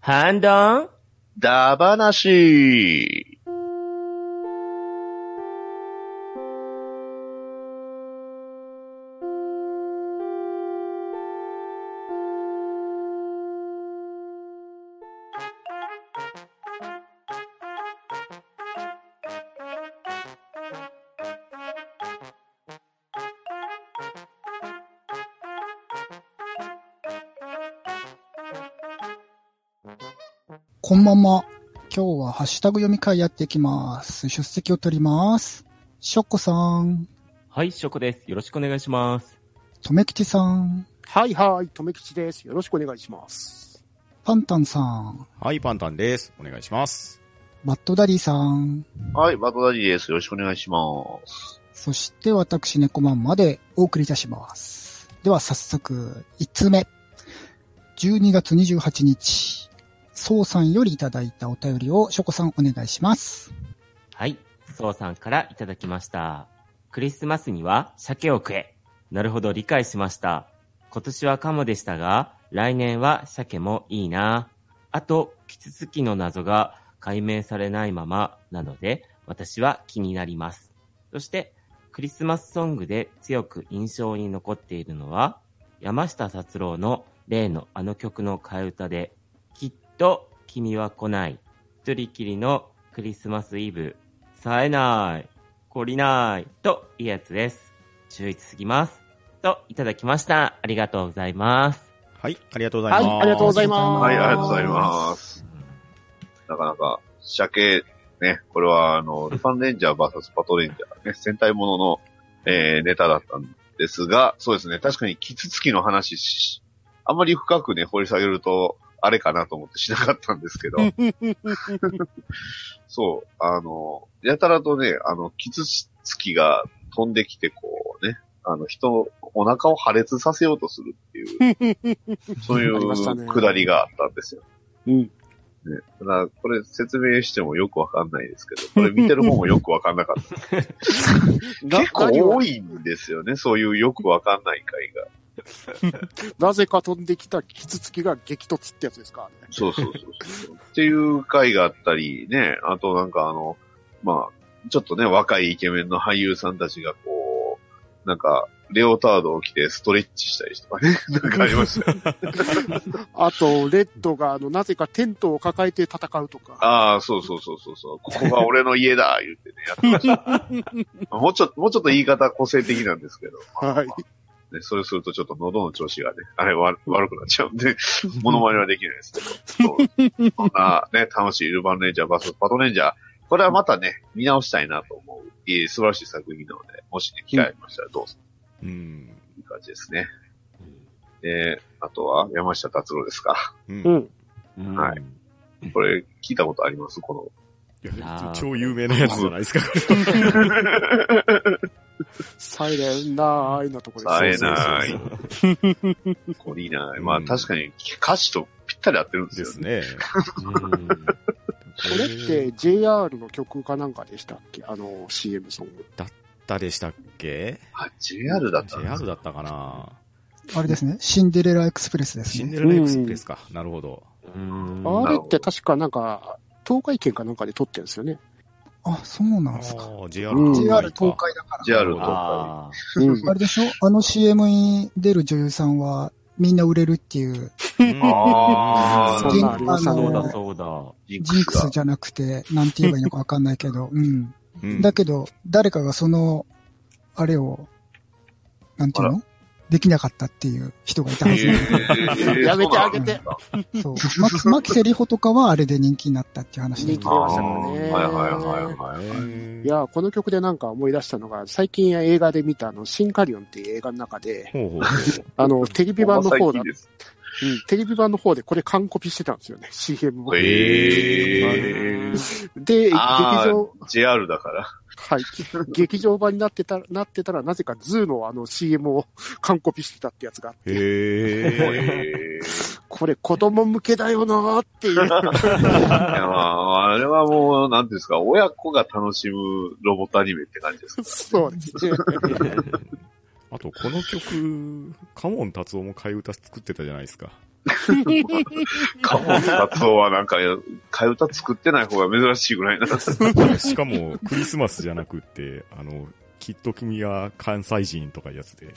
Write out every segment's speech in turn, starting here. ハンドンダバナシこんばんは。今日はハッシュタグ読み会やっていきます。出席を取ります。ショッコさん、はい、ショコです。よろしくお願いします。とめきちさん、はいはい、とめきちです。よろしくお願いします。パンタンさん、はい、パンタンです。お願いします。バッドダディさん、はい、バトダディです。よろしくお願いします。そして私猫マンまでお送りいたします。では早速、1通目。12月28日、そうさんよりいただいたお便りをショコさんお願いします。はい、ソウさんからいただきました。クリスマスには鮭を食え。なるほど、理解しました。今年はカモでしたが、来年は鮭もいいな。あと、キツツキの謎が解明されないままなので、私は気になります。そして、クリスマスソングで強く印象に残っているのは、山下達郎の例のあの曲の替え歌で、きっと君は来ない。一人きりのクリスマスイブ。冴えない。懲りない。と、いいやつです。秀逸すぎます。と、いただきました。ありがとうございます。はい、ありがとうござはいます。い、ありがとうございます。はい、ありがとうございます。なかなか、鮭、ね、これは、あの、ルパンレンジャー VS パトレンジャー、ね、戦隊ものの、えー、ネタだったんですが、そうですね、確かにキツツキの話し、あんまり深くね、掘り下げると、あれかなと思ってしなかったんです けど、そう、あの、やたらとね、あの、キツツキが飛んできて、こうね、あの、人のお腹を破裂させようとするっていう、 そういありましたねうくだりがあったんですよ。うん。ね、ただ、これ説明してもよくわかんないですけど、これ見てる方もよくわかんなかった。な結構 何を多いんですよね、そういうよくわかんない回が。なぜか飛んできたキツツキが激突ってやつですか、ね。そうそうそうそう。っていう回があったり、ね、あとなんかあの、まあ、ちょっとね、若いイケメンの俳優さんたちがこう、なんか、レオタードを着てストレッチしたりとかね、 なんかありましたよ。あと、レッドが、あの、なぜかテントを抱えて戦うとか。ああ、そうそうそうそうそう、ここが俺の家だ、言ってね、やってました。もうちょっと、もうちょっと言い方個性的なんですけど。はい。ね、それするとちょっと喉の調子がね、あれ悪悪くなっちゃうんで、 モノマネはできないですけど、そうこんなね、楽しいルバンレンジャーバスパトレンジャー、これはまたね、見直したいなと思う、いい素晴らしい作品なので、もしね、機会ありましたらどうぞ、うん。いい感じですね。で、あとは山下達郎ですか。う。うんん。うんはい。これ聞いたことありますこいやや超有名なやつじゃないですか。サイレンなーいなとこです。冴えそうそなうそういそう。の、これいいな。まあうん確かに歌詞とぴったり合ってるんですでよすね。ね。うんこれって、JR の曲かなんかでしたっけあの、CM ソング。誰でしたっけあ、JR だったんです ?JR だったかなあれですね、シンデレラエクスプレスですシンね。デレラエクスプレスか。なるほど。うんあれって確かなんか、東海圏かなんかで撮ってるんですよね。あ、そうなあんあですか。ー、JR うん東海か JR 東海だから。 JR とか。あうんあれでしょあの CM に出る女優さんはみんな売れるっていううんあーそんなんありまーしたそうあねの。だそうだ。ジジンクスじゃなくて、なんて言えばいいのかわかんないけど、うん。うんだけど、誰かがその、あれを、なんていうのできなかったっていう人がいたはずなやめてあげて。の。そう。マキマキセリホとかはあれで人気になったっていう話だけ人 気ど出あまあしたからね。はいはいはいはいはい。いやー、この曲でなんか思い出したのが、最近映画で見たあの、シンカリオンっていう映画の中で、ほうほうほう。あの、テレビ版のほ方んま最近だ、うんです。テレビ版の方でこれ完コピしてたんですよね、CM を。えー、で、劇あー場、 JR だから。はい、 劇場版になってた、なってたら、なぜかズーのあの CM を完コピしてたってやつがあっ て、へえ。えー、これ子供向けだよなーっ ていう。いやまあ、あれはもう、なんていうんですか、親子が楽しむロボットアニメって感じ ですか。そうですね。あと、この曲、カモン達夫も替え歌作ってたじゃないですか。カモン達夫はなんか、替え歌作ってない方が珍しいぐらいな。しかも、クリスマスじゃなくって、あの、きっと君は関西人とかいうやつで。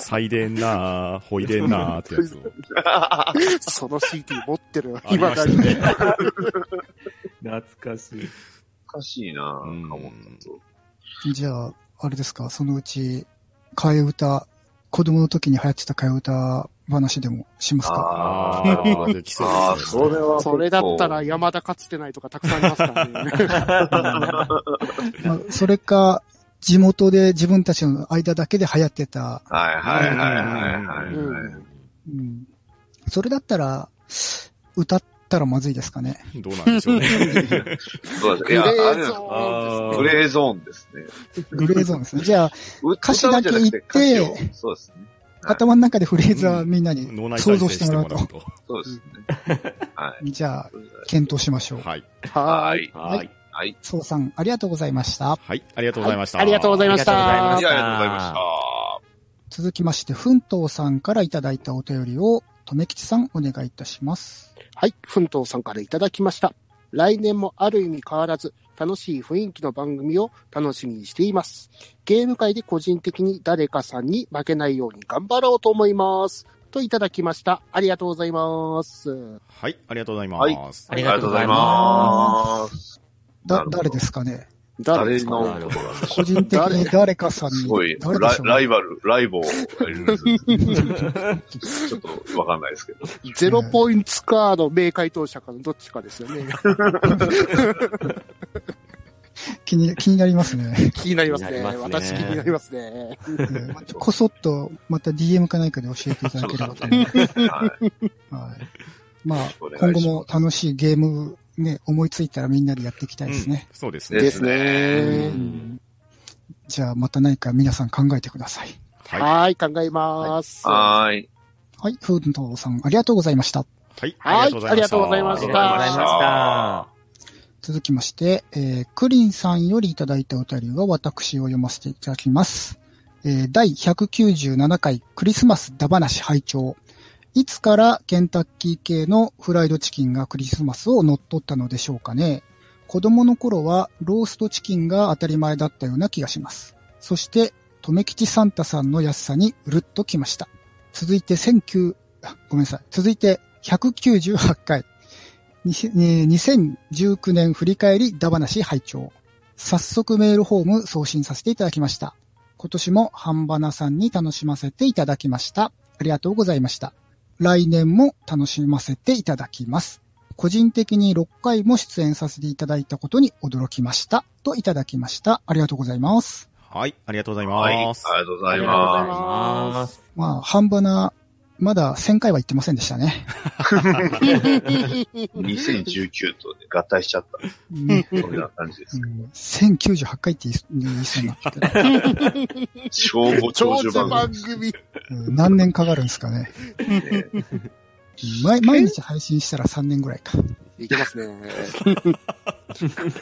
祭殿なあ、ほいでんなあってやつを。その CD 持ってるよ、あり今まだしに。たね。懐かしい。おかしいなぁ、うんカモン達夫。じゃあ、あれですか、そのうち、替え歌、子供の時に流行ってた替え歌話でもしますかああーあ、できそうあー、ですそれは。それだったら、山田かつてないとかたくさんいますか らね。まあ、それか、地元で自分たちの間だけで流行ってた、はいはいはいはいはい。うんうん、それだったら、歌ったらまずいですかね。ね。どうなんでしょうね。そうですグね。いレや、あれーですゾーングレーゾーですンですね。グレーゾーンですね。じゃあ、う歌詞だけ言って歌じゃなく歌詞をそうですね。頭の中でフレーズはみんなに脳内想再像生してしてもらもうとら。うと。そうですね。はい。じゃあ、それでは検討しましょう。はい。ははーい。い。はい。はい。そうさん、ありがとうございました。はい。ありがとうございました。ありがとうございましあたりい。やありがとうございました。続きまして、奮闘さんからいただいたお便りを、とめきちさん、お願いいたします。はい、奮闘さんからいただきました。来年もある意味変わらず、楽しい雰囲気の番組を楽しみにしています。ゲーム界で個人的に誰かさんに負けないように頑張ろうと思います。といただきました。ありがとうございます。はい。ありがとうございます。あありりががととうごうござざいいまます。なだる、ほど誰ですかね誰誰ですかのことなんでしょ個う人的に誰かさんすにごい、、誰でラしょう、ライね、バル、ライボーがいるんです。ちょっとわかんないですけど。ゼロポイントかの名回答者かのどっちかですよね。気に気になりま すね。気になりますね。気になります私ね気になりますね。えーまこそっと、また DM か何かで教えていただければと。はい。はい、 まあお、願いします今後も楽しいゲーム、ね、思いついたらみんなでやっていきたいですね。うん。そうですでね。すねううんんじゃあ、また何か皆さん考えてください。はい。はい、考えます。はーい。はい、フードさん、ありがとうございました。はい。はいありがとうございあまりしがとうごたざいました。続きまして、えー、クリンさんよりいただいたお便りは私を読ませていただきます。えー、第197回クリスマスだ話拝聴いつからケンタッキー系のフライドチキンがクリスマスを乗っ取ったのでしょうかね。子供の頃はローストチキンが当たり前だったような気がします。そして、とめきちサンタさんの安さにうるっときました。続いて19、あごめんなさい。続いて198回。にせえー2019年振り返りだ話拝聴早速メールフォーム送信させていただきました。今年も半ばなさんに楽しませていただきました。ありがとうございました。来年も楽しませていただきます。個人的に6回も出演させていただいたことに驚きました。といただきました。ありがとうございます。はい。ありがとうございはい。ありまがす。とうございありがとうございまます。まあ、半ばな、まだ1000回は言ってませんでしたね。 す。2019とね合体しちゃっうんた。そんな感じです。 1098回って言いそうになったけど、超後長長寿寿番番組。うん何年かかるんですかね。組ね。毎毎日配信したら3年ぐらいか。いけますね。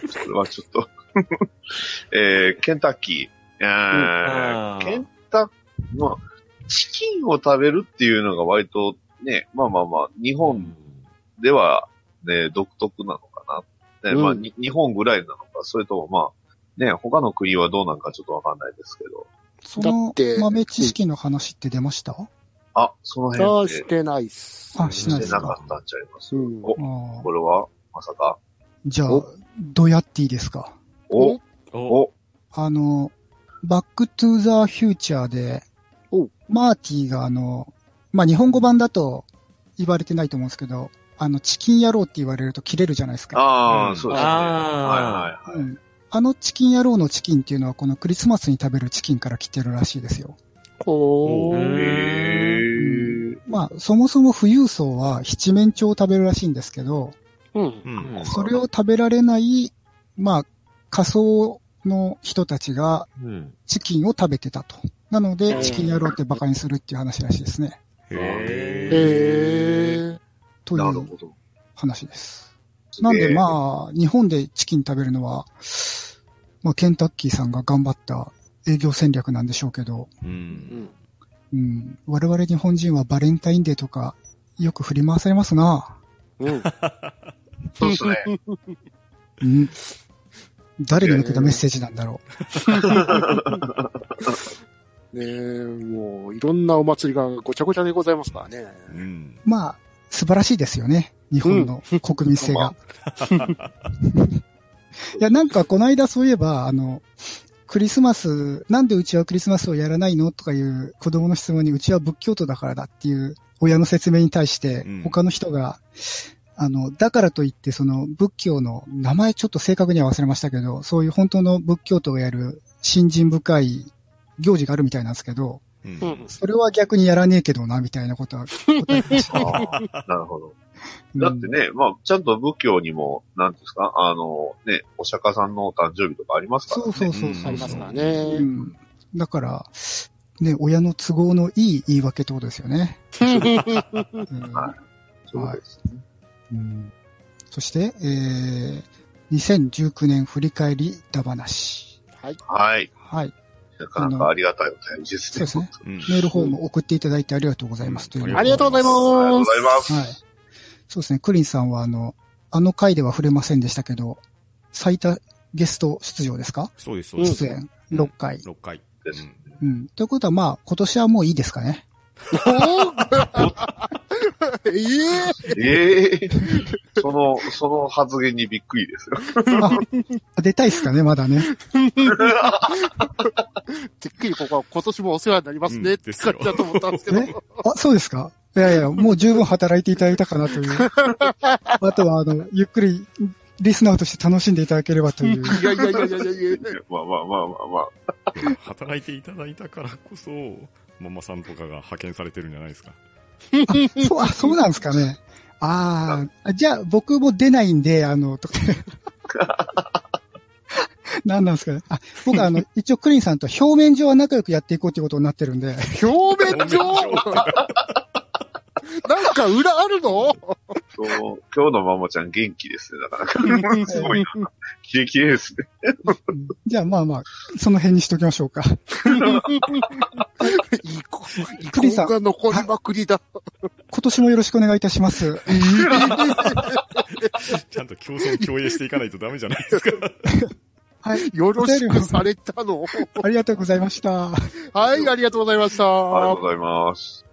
それはちょっと。 えー、ケンタッキー。えーうんケンタッ、まあ、チキンを食べるっていうのが割とね、まあまあまあ、日本ではね、独特なのかな。ね、まあ、うんに日本ぐらいなのか、それともまあ、ね、他の国はどうなんかちょっとわかんないですけど。そのだって豆知識の話って出ました、あ、そのあ辺あ、でしてないっす。あししてないなですかかったんちゃいます。うんお、こああれは、まさか。じゃあお、どうやっていいですかお、お、お、あの、バックトゥーザーフューチャーでお、マーティがあの、まあ、日本語版だと言われてないと思うんですけど、あの、チキン野郎って言われると切れるじゃないですか。あうあ、んそうですね。あはうん。あのチキン野郎のチキンっていうのはこのクリスマスに食べるチキンから来てるらしいですよ。ほういはいはい。んー。へー。まあ、そもそも富裕層は七面鳥を食べるらしいんですけど、うん。うん。それを食べられない、まあ、仮想の人たちがうん。チキンを食べてたと。なのうで、んチキン野郎って馬鹿にするっていう話らしいですね。へへー。ー。といなるうほど。話です。なんで、あ、まあ、日本でチキン食べるのは、まあ、ケンタッキーさんが頑張った営業戦略なんでしょうけど、うん。うん。我々日本人はバレンタインデーとか、よく振り回されますな。うん。そうっすね。うん。誰に向けたメッセージなんだろねえ、もう、いろんなお祭りがごちゃごちゃでございますからね。うん。う。まあ、素晴らしいですよね。日本の国民性が。 いや、なんかこの間そういえば、あの、クリスマス、なんでうちはクリスマスをやらないのとかいう子供の質問に、うちは仏教徒だからだっていう親の説明に対してうん、他の人が、あの、だからといって、その仏教の名前ちょっと正確には忘れましたけど、そういう本当の仏教徒がやる信心深い行事があるみたいなんですけど、うんううんん。それは逆にやらねえけどな、みたいなことは答えてまし た。ああなるほど。うんだってね、まあ、ちゃんと仏教にも、なんていうんですか、あの、ね、お釈迦さんのお誕生日とかありますからそうね。そうそうそう。ありますからうね。ん。だから、ね、親の都合のいい言い訳ってことですよね。うんはそうですね。うんそして、えー、2019年振り返りだ話。はい。はい。はい。なかなかありがたいお便りですそうね。ですね。うんメールフォーム送っていただいてありがとうございます。といううんありがとうございます。ありがとうございます。はい。そうですね。クリンさんは、あの、あの回では触れませんでしたけど、最多ゲスト出場ですかそうです、そううんです。出演。6回。 6回。ですねうん。ということは、まあ、今年はもういいですかね。ええ ええその、その発言にびっくりですよ。あ出たいですかね、まだね。てっきりここは今年もお世話になりますねうっんてです使っよちゃうと思ったんですけねど。あ、そうですかいやいや、もう十分働いていただいたかなと いう。あとは、あの、ゆっくり、リスナーとして楽しんでいただければと いう。いやいやいやいやいやいやまあまあまあまあまあ。うん働いていただいたからこそ、ママさんとかが派遣されてるんじゃないですか。あ、そう、あ、そうなんですかね。あーあ、じゃあ僕も出ないんで、あの、 とか。何なんですかね。あ、僕はあの、一応クリンさんと表面上は仲良くやっていこうということになってるんで、表面上なんか裏あるのそう今日のマモちゃん元気ですね、なかな か。すごいな。キレキレですね。うんじゃあまあまあ、その辺にしときましょうか。遺恨遺クリさ恨んが残りまくりだ。今年もよろしくお願いいたし ます。ちゃんと競争共栄していかないとダメじゃないですか。はい。よろしくされたの。ありがとうございました。はい、ありがとうございました。ありがとうございます。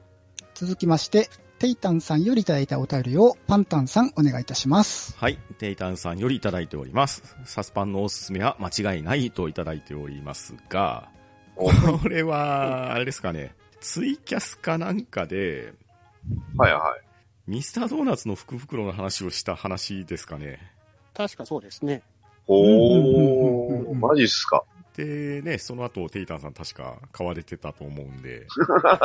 続きまして、テイタンさんよりいただいたお便りをパンタンさんお願いいたします。はい。テイタンさんよりいただいております。サスパンのおすすめは間違いないといただいておりますが、これは、あれですかね。ツイキャスかなんかで、はいはい。ミスタードーナツの福袋の話をした話ですかね。確かそうですね。おうんうんうんー、うんマジっすか。で、ね、その後、テイタンさん確か買われてたと思うんで、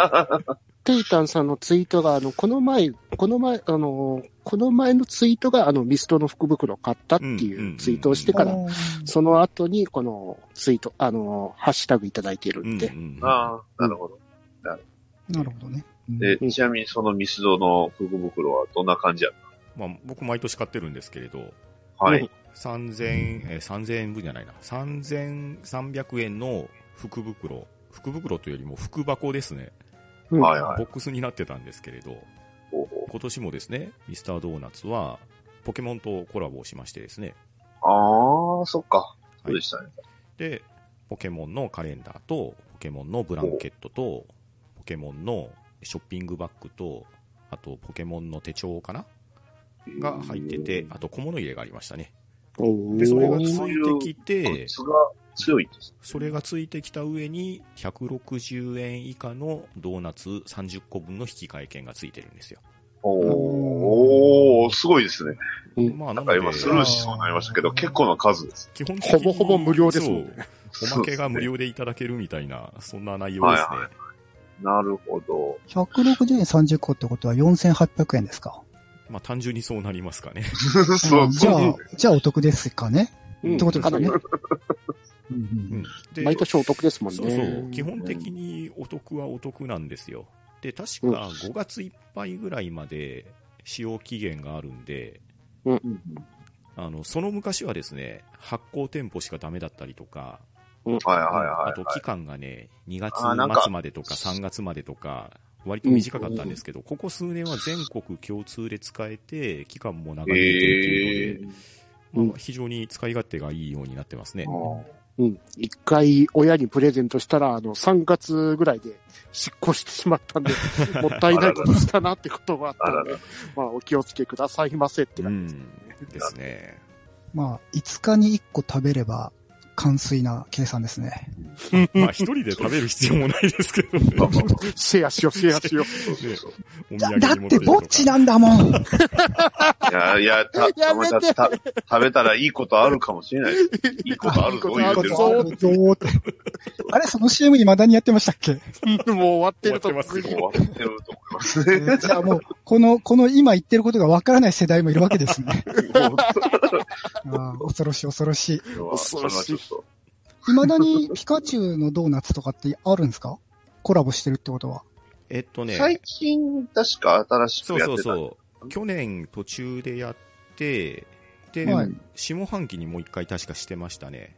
テイタンさんのツイートが、あの、この前、この前、あの、この前のツイートが、あの、ミストの福袋を買ったっていうツイートをしてから、おーその後に、このツイート、あの、ハッシュタグいただいてるうんんで。うんああ、なるほど。なるほどね。うんで、ちなみにそのミスドの福袋はどんな感じやっまあ、僕毎年買ってるんですけれど、たはい。 3000、えー3000円分じゃないな、3300円の福袋、福袋というよりも福箱ですね、うんはいはい。ボックスになってたんですけれど、ほうほう今年もですね、ミスタードーナツは、ポケモンとコラボをしましてですね、ああ、そっか。そうでしたね。で、ポケモンのカレンダーと、ポケモンのブランケットと、ポケモンのショッピングバッグと、あと、ポケモンの手帳かなが入ってて、あと小物入れがありましたね。で、それがついてきグてッ、ズが強いんです。それがついてきた上に、160円以下のドーナツ30個分の引き換え券がついてるんですよ。おー、すごいですね。うんまあ、ななんのかで、今スルーしそうになりましたけど、結構な数です。基本的ほにぼほぼ無料ですもんね。そうおまけが無料でいただけるみたいな、そんな内容ですね。はいはなるほど。 160円30個ってことは4800円ですか。まあ、単純にそうなりますかね。 そう、じゃそあう。、じゃあお得ですかね。うんってことですかよなねり。うんうんで毎年お得ですもんね。そうそう、基本的にお得はお得なんですよ。で、確か5月いっぱいぐらいまで使用期限があるんで、うんあのその昔はですね、発行店舗しかダメだったりとか、はいはいはい。あと期間がね、2月あーなんか末までとか3月までとか、割と短かったんですけど、ここ数年は全国共通で使えて、期間も長引いているというので、まあ、非常に使い勝手がいいようになってますね。うん。一回親にプレゼントしたら、あの、3月ぐらいで失効してしまったんで、もったいないことしたなってことがあったので、まあ、お気をつけくださいませってう感んじですね。。で すね。まあ、5日に1個食べれば、完遂な計算ですね。まあ、一人で食べる必要もないですけ どね。まあまあまあシェアしよう、シェアしよう。そうそうそうおだ土だっ産に持て、ってるぼっちなんだもん。いや、いや、た、やめてたまたた食べたらいいことあるかもしれない。いいことあるぞ、いいこと言 あうてる。るぞも あれ、その CM 未だにやってましたっけうんもう終わってると終わってますう終 わってると思いますね。じゃあもう、この、この今言ってることがわからない世代もいるわけですね。もうああ恐ろしい恐ろしい。それはちょっと。未だにピカチュウのドーナツとかってあるんですかコラボしてるってことは。えっとね、最近、確か新しそくうやってそた。うそう。去年途中でやって、で、はい下半期にもう一回確かしてましたね。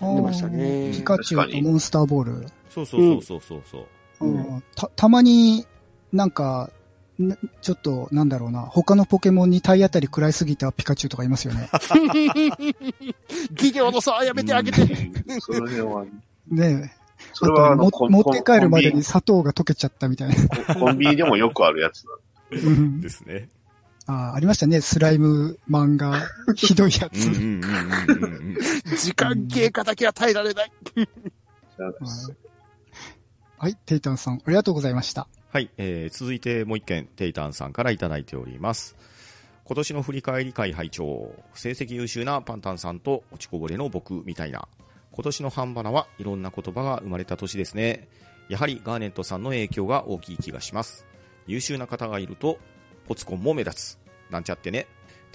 出ましたねピ。カチュウとモンスターボール。そうそうそうそうそうう。んうんた、たまになんか、なちょっと、なんだろうな、他のポケモンに体当たり食らいすぎたピカチュウとかいますよね。企業のさ、やめてあげて。うんその辺は、ねえ。 それはああとの、もコン持って帰るまでコンに砂糖が溶けちゃったみたいな。ビニコンビニでもよくあるやつうんです ね。ああ、ありましたね。スライム漫画、ひどいやつ。うんうんうんうんうんうん。時間経過だけは耐えられない。なんですはいはい、テイタンさん、ありがとうございました。はい、えー続いてもう一件、テイタンさんからいただいております。今年の振り返り会拝聴成績優秀なパンタンさんと落ちこぼれの僕みたいな。今年の半ばなはいろんな言葉が生まれた年ですね。やはりガーネットさんの影響が大きい気がします。優秀な方がいると、ポツコンも目立つ。なんちゃってね。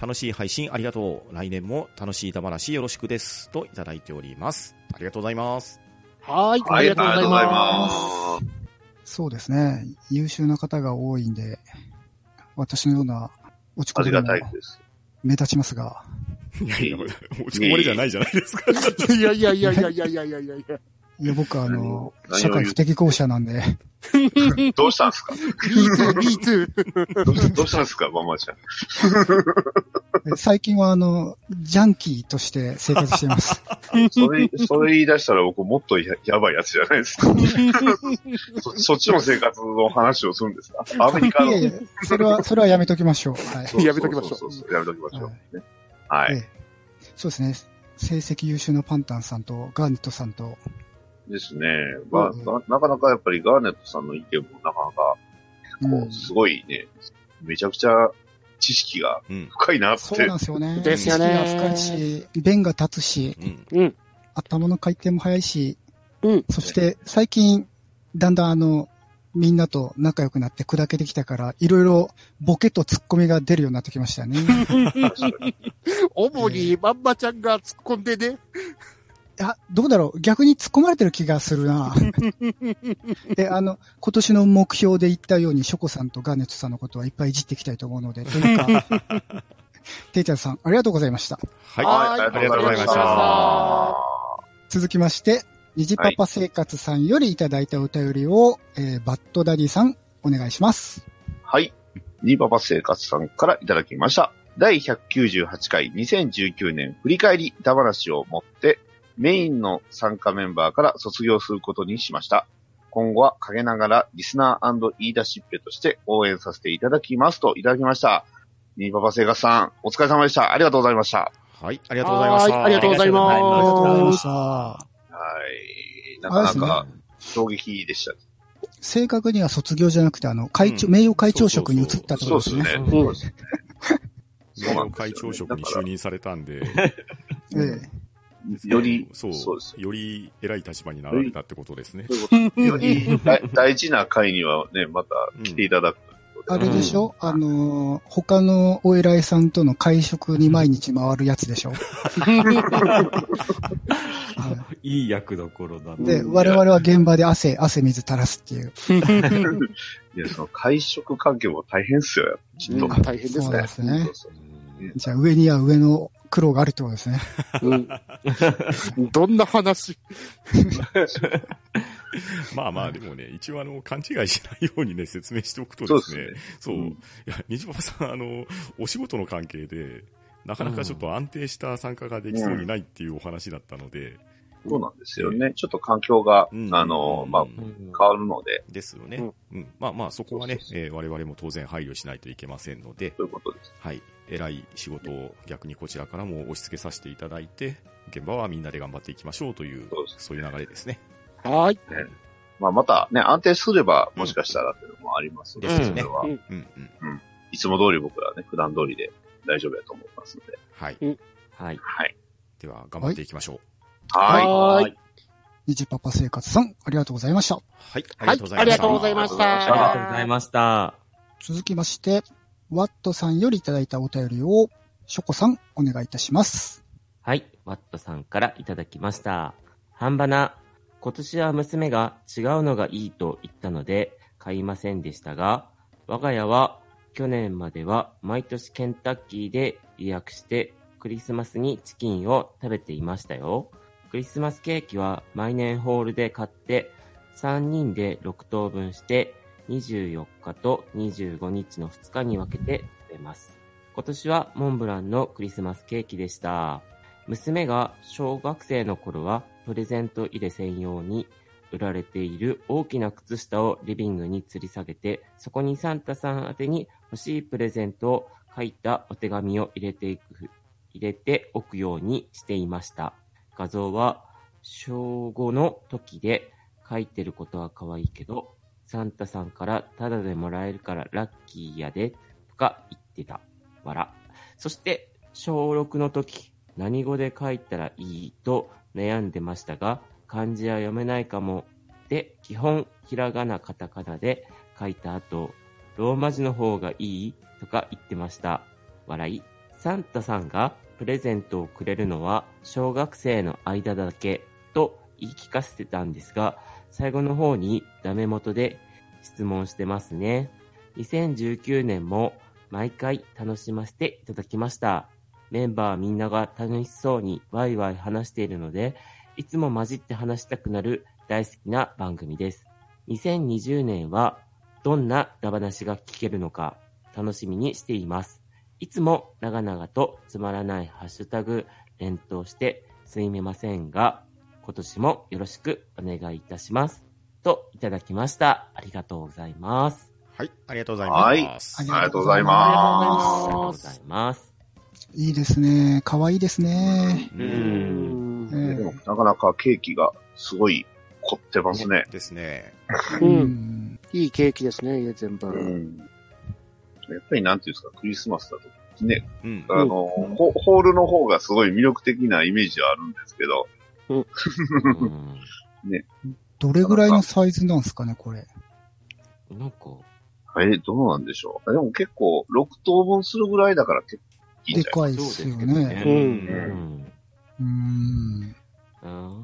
楽しい配信ありがとう。来年も楽しい板話よろしくです。といただいております。ありがとうございます。はい、あはりい、ありがとうごがざというございま。ますす。そうですね。優秀な方が多いんで、私のような落ちあ込りみがもたいです。目立ちますが。いやい や、いえい落ちこぼれじゃないじゃないですか。いやいやいやいやいやいやいやいやいや。いや、僕はあの、何を社会不適合者なんで、 どうしたんですか me too, me too. どうしたどうしたんですか ママちゃん。最近はあの、ジャンキーとして生活して います。それ、それ言い出したら僕もっとややばいやつじゃないですか。そそっちの生活の話をするんですかアメリカいの。やいや、それは、それはやめときましょう。はい。そうやめときましょうそうそうそうやめときましょう。ねはえい。えそうですね。成績優秀なパンタンさんとガーネットさんと、ですね。まあ、うんななかなかやっぱりガーネットさんの意見もなかなか、うんこう、すごいね、めちゃくちゃ知識がうん。深いなっそうてなんですよね。ですよね意識が深いし、弁が立つし、うん。頭の回転も速いし、うんそして最近、だんだんあの、みんなと仲良くなって砕けてきたから、いろいろボケとツッコミが出るようになってきました よね。主にまんまちゃんが突っ込んでね。いや、どうだろう逆に突っ込まれてる気がするな。で、あの、今年の目標で言ったように、ショコさんとガーネットさんのことはいっぱいいじっていきたいと思うので、という か、ていちゃんさん、ありがとうございました。はい。はいありがとうございましありがとうございましたた。続きまして、ニジパパ生活さんよりいただいたお便りを、えーバッドダディさん、お願いします。はい。ニパパ生活さんからいただきました。第198回2019年振り返り板話をもって、メインの参加メンバーから卒業することにしました。今後は陰ながらリスナー言い出しっぺとして応援させていただきますといただきました。ニパパ生活さん、お疲れ様でした。ありがとうございました。はい、ありがとうございました。はいありがとうございますありがとうございましあた。はい。なかなあか衝撃でしたね。正確には卒業じゃなくて、あの、会長、うん名誉会長職に移ったってこそとうでですすね。。ねうんそうですね名誉会長職に就任されたんうで、ですねええ より、そうそうですより偉い立場になられたってことですね。より大大事な会にはね、また来ていただく。あれでしょ、あのー他のお偉いさんとの会食に毎日回るやつでしょ、はいい役どころだな。いで、我々は現場で汗、汗水垂らすっていう。いや、その会食関係も大変っすよ、きっうと。ん大変ですそうねで。すねそう。そううんじゃあ上には上の苦労があるってことですね。うん。どんな話まあまあ、でもね、一応あの、勘違いしないようにね、説明しておくとですね、そう,、うんいや、にじまさん、あの、お仕事の関係で、なかなかちょっと安定した参加ができそうにないっていうお話だったので、そうなんですよね。ちょっと環境が、うんあの、まあ、うん変わるので、ですよね。ううんん。まあまあ、そこはねそうそう、えー我々も当然配慮しないといけませんので、ということです。はい。偉い仕事を逆にこちらからも押し付けさせていただいて、現場はみんなで頑張っていきましょうという、そうですそういう流れですね。はーい。まあ、またね、安定すれば、もしかしたらというのもありますので、うんですねそれはうん、うんうん。いつも通り僕らはね、普段通りで大丈夫だと思いますので。はい。はい。はい。では、頑張っていきましょう。はい。はーい。ニジパパ生活さん、ありがとうございました。はい。はい。ありがとうございす。ましありありがとうたござ。いました。続きまして、ワットさんよりいただいたお便りを、ショコさん、お願いいたします。はい、ワットさんからいただきました。半ばな、今年は娘が違うのがいいと言ったので買いませんでしたが、我が家は去年までは毎年ケンタッキーで予約してクリスマスにチキンを食べていましたよ。クリスマスケーキは毎年ホールで買って3人で6等分して24日と25日の2日に分けて食べます。今年はモンブランのクリスマスケーキでした。娘が小学生の頃はプレゼント入れ専用に売られている大きな靴下をリビングに吊り下げて、そこにサンタさん宛てに欲しいプレゼントを書いたお手紙を入れていく、入れておくようにしていました。画像は小5の時で書いてることは可愛いけど、サンタさんからタダでもらえるからラッキーやで、とか言ってた。わら。そして、小6の時、何語で書いたらいいと悩んでましたが、漢字は読めないかも。で、基本、ひらがな、カタカナで書いた後、ローマ字の方がいいとか言ってました。笑い。サンタさんがプレゼントをくれるのは小学生の間だけと言い聞かせてたんですが、最後の方にダメ元で質問してますね。2019年も毎回楽しませていただきました。メンバーみんなが楽しそうにワイワイ話しているので、いつも混じって話したくなる大好きな番組です。2020年はどんなダバなしが聞けるのか楽しみにしています。いつも長々とつまらないハッシュタグ連投してすいませんが、今年もよろしくお願いいたします。といただきました。ありがとうございます。はい。ありがとうございます。はいありがとうございありがまとうございます。いいですね。可愛いですね。うううんんえす。でーもなかなかケーキがすごい凝ってますね。ですね。う。うんんいいケーキですね、全部。うん。やっぱりなんていうんですか、クリスマスだと、ね、うん。あの、ホホールの方がすごい魅力的なイメージはあるんですけど、うんどれぐらいのサイズなんですかね、これ。なんか、え、どうなんでしょう。でも結構、6等分するぐらいだから結構いいんでじゃないそうですけかいですよどねね。う。うんん。うん。う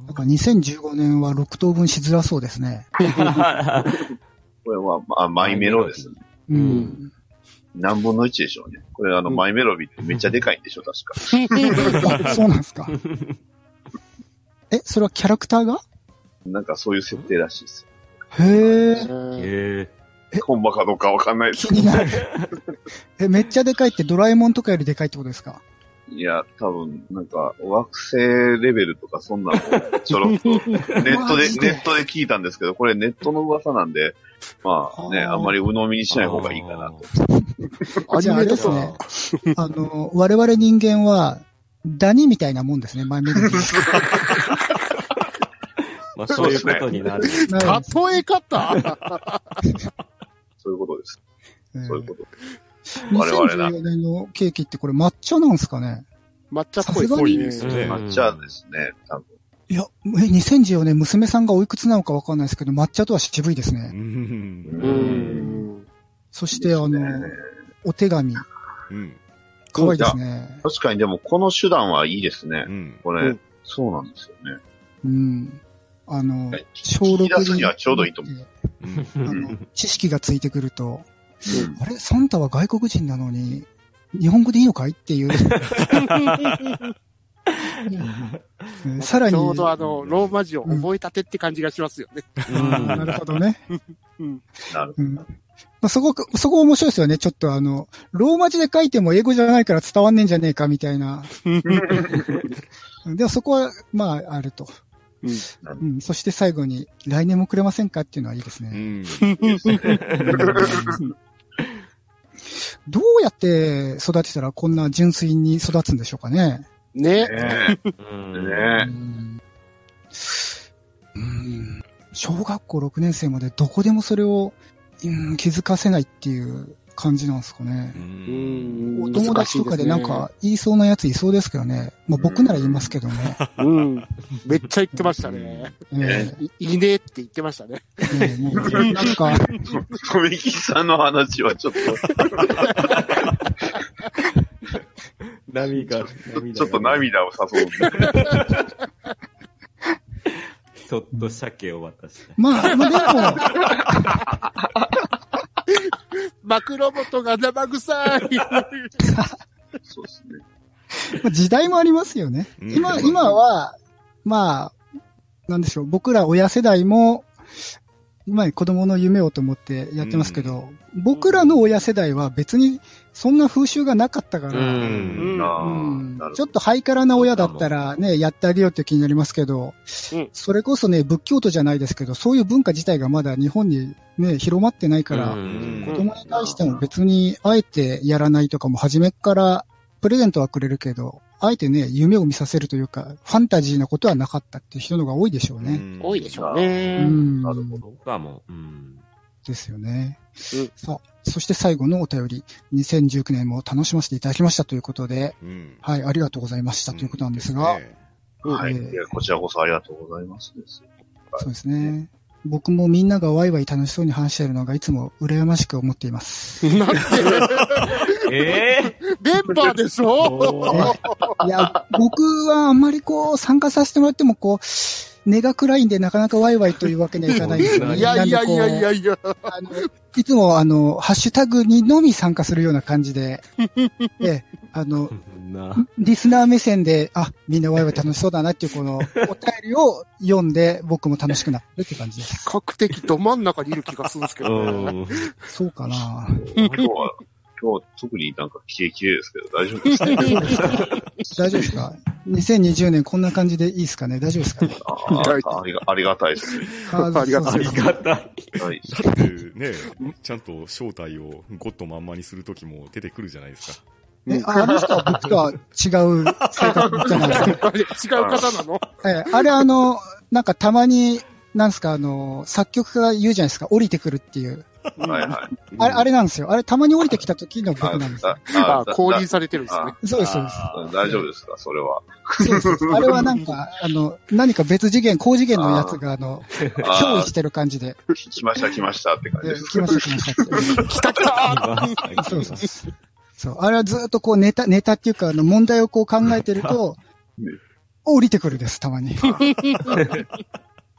んなんか2015年は6等分しづらそうですね。これは、まあ、マイメロですね。う。うん何分の1でしょうね。これあの、うんマイメロビーってめっちゃでかいんでしょ、確か。 あそうなんですか。え、それはキャラクターがなんかそういう設定らしいですよ。へえ、へほんまかどうかわかんないです気けどに。なる。え、めっちゃでかいってドラえもんとかよりでかいってことですかいや、多分、なんか、惑星レベルとかそんなのをちょろっと、ネットマで、ジでネットで聞いたんですけど、これネットの噂なんで、まあね、あーあんまり鵜呑みにしない方がいいかなと。アじニゃああれメでとすか、ね。あの、我々人間は、ダニみたいなもんですね、前目で 見て。まあ、そういうことになる。なる例え方そういうことです。えーそういうこと。我々な2014年のケーキってこれ抹茶なんですかね抹茶っぽいですさすがにうねですねん抹茶ですね、多分。いや、え、2014年娘さんがおいくつなのかわかんないですけど、抹茶とは渋いですうね。うん。うんん。そして、あのね、お手紙、うん。可愛いですね。確かにでも、この手段はいいですねう。ん。こうれん、そうなんですよね。うん。あのはい、小6聞き出すにはちょうどいいと思ううんあの、知識がついてくると、うんあれサンタは外国人なのに、日本語でいいのかいっ ていう。うんさらにち、ょうどあの、ローマ字を覚えたてって感じがしますよね。なるほどね。なる。うんまあ、そこ、そこ面白いですよね。ちょっとあの、ローマ字で書いても英語じゃないから伝わんねえんじゃねえかみたいな。 でもそこは、まあ、あると。うん、そして最後に、来年もくれませんかっていうのはいいですうね。ん。どうやって育てたらこんな純粋に育つんでしょうかね。ね。ねうんえ。ねうん、うん小学校6年生までどこでもそれを、うん、気づかせないっていう感じなんですかねう。。うんんお友達とかでなん、か言いそうなやついそうですけどね。まあ僕なら言いますけどね。難しいですねうん。めっちゃ言ってましたね。ええいいいねって言ってましたね。ええもうなん か、え。富木さんの話はちょっと、波が、ちょっと涙を誘うんで。そっと鮭を渡した。まあ、まあでも、マクロボトが生臭い。 そうですね。まあ時代もありますよね。うん今、今は、まあ、なんでしょう、僕ら親世代も、今子供の夢をと思ってやってますけど、僕らの親世代は別にそんな風習がなかったから、うんああうんなるほどちょっとハイカラな親だったらね、やってあげようって気になりますけど、うんそれこそね、仏教徒じゃないですけど、そういう文化自体がまだ日本にね、広まってないから、うん子供に対しても別にあえてやらないとかも初めっからプレゼントはくれるけど、あえてね、夢を見させるというか、ファンタジーなことはなかったっていう人の方が多いでしょううね。ん多いでしょううね。ん。なるほど。僕はもう、うん。ですよね。うんさあ、そして最後のお便り、2019年も楽しませていただきましたということで、うん。はい、ありがとうございましたということなんですが、ねはい。えーいやこちらこそありがとうございますです。そうですね。僕もみんながワイワイ楽しそうに話しているのがいつも羨ましく思っています。なんて、ええ電波でしょいや、僕はあんまりこう、参加させてもらってもこう、根が暗いんでなかなかワイワイというわけにはいかないんですよね。いやいやいやいなんでこやいや。うあのいつもあの、ハッシュタグにのみ参加するような感じ で、ええ、あの、な、リスナー目線で、あ、みんなワイワイ楽しそうだなっていうこの、お便りを読んで僕も楽しくなってるって感じです。比較的ど真ん中にいる気がするんですけうどね。ん。そうかな今日は、今日は特になんかキレキレですけど、大丈夫 ですか大丈夫ですか ?2020 年こんな感じでいいですかね大丈夫ですかねああありがありがたいですね。あーありがとうありがたい。はい。だってね、 ちゃんと正体をゴッドまんまにするときも出てくるじゃないですか。えあの人は僕とは違う性格じゃないですか。あれ違う方なのえあれあの、なんかたまに、なんですか、あの、作曲家が言うじゃないですか、降りてくるっていう。はいはい。あれ、あれなんですよ。あれたまに降りてきた時の僕なんですよ。あだ、降だ臨されてるんですね。そうです、そうです。あ大丈夫ですかそれは。そうですそうです。あれはなんか、あの、何か別次元、高次元のやつが、あの、あ憑依してる感じで、ー来ました来ましたって感じえです。来ました、来ましたって。来た来たそうそうそう。そう、あれはずっとこうネタ、ネタっていうか、あの、問題をこう考えてるとネ、降りてくるです、たまに。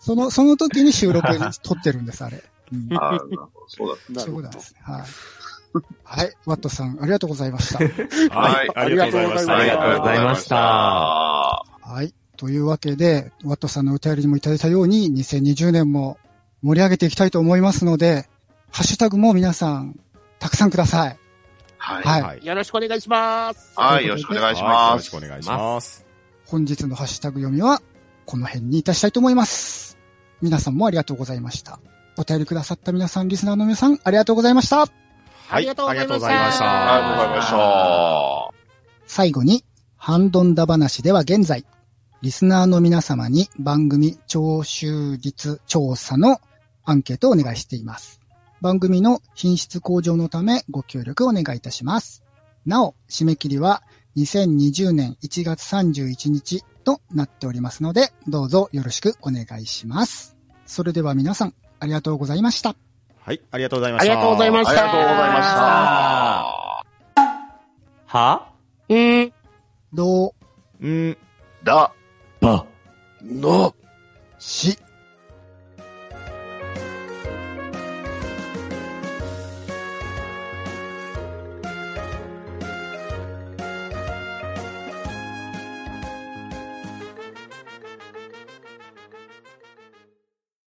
その、その時に収録撮ってるんです、あれ。うん、あーなるほどそうだっなそるういうこほとなどんですね。はい。はい、ワットさん、ありがとうございました。た。はい。ありがとうございました。ありがとうございました。はい。というわけで、ワットさんのお便りにもいただいたように、2020年も盛り上げていきたいと思いますので、ハッシュタグも皆さん、たくさんください。はい。はい。はい。よろしくお願いします。はい。よろしくお願いしはいよまろしす。くお願いします。本日のハッシュタグ読みは、この辺にいたしたいと思います。皆さんもありがとうございました。お便りくださった皆さん、リスナーの皆さん、ありがとうございました。はいありがとうございましたありがとうございましたありがとうございました。最後に、ハンドンダ話では現在、リスナーの皆様に番組聴取率調査のアンケートをお願いしています。番組の品質向上のためご協力お願いいたします。なお、締め切りは2020年1月31日となっておりますので、どうぞよろしくお願いします。それでは皆さん、ありがとうございました。はい。ありがとうございまあしりた。がとうございました。ありがとうございました。はうん。どううん。だ。ば。の。し、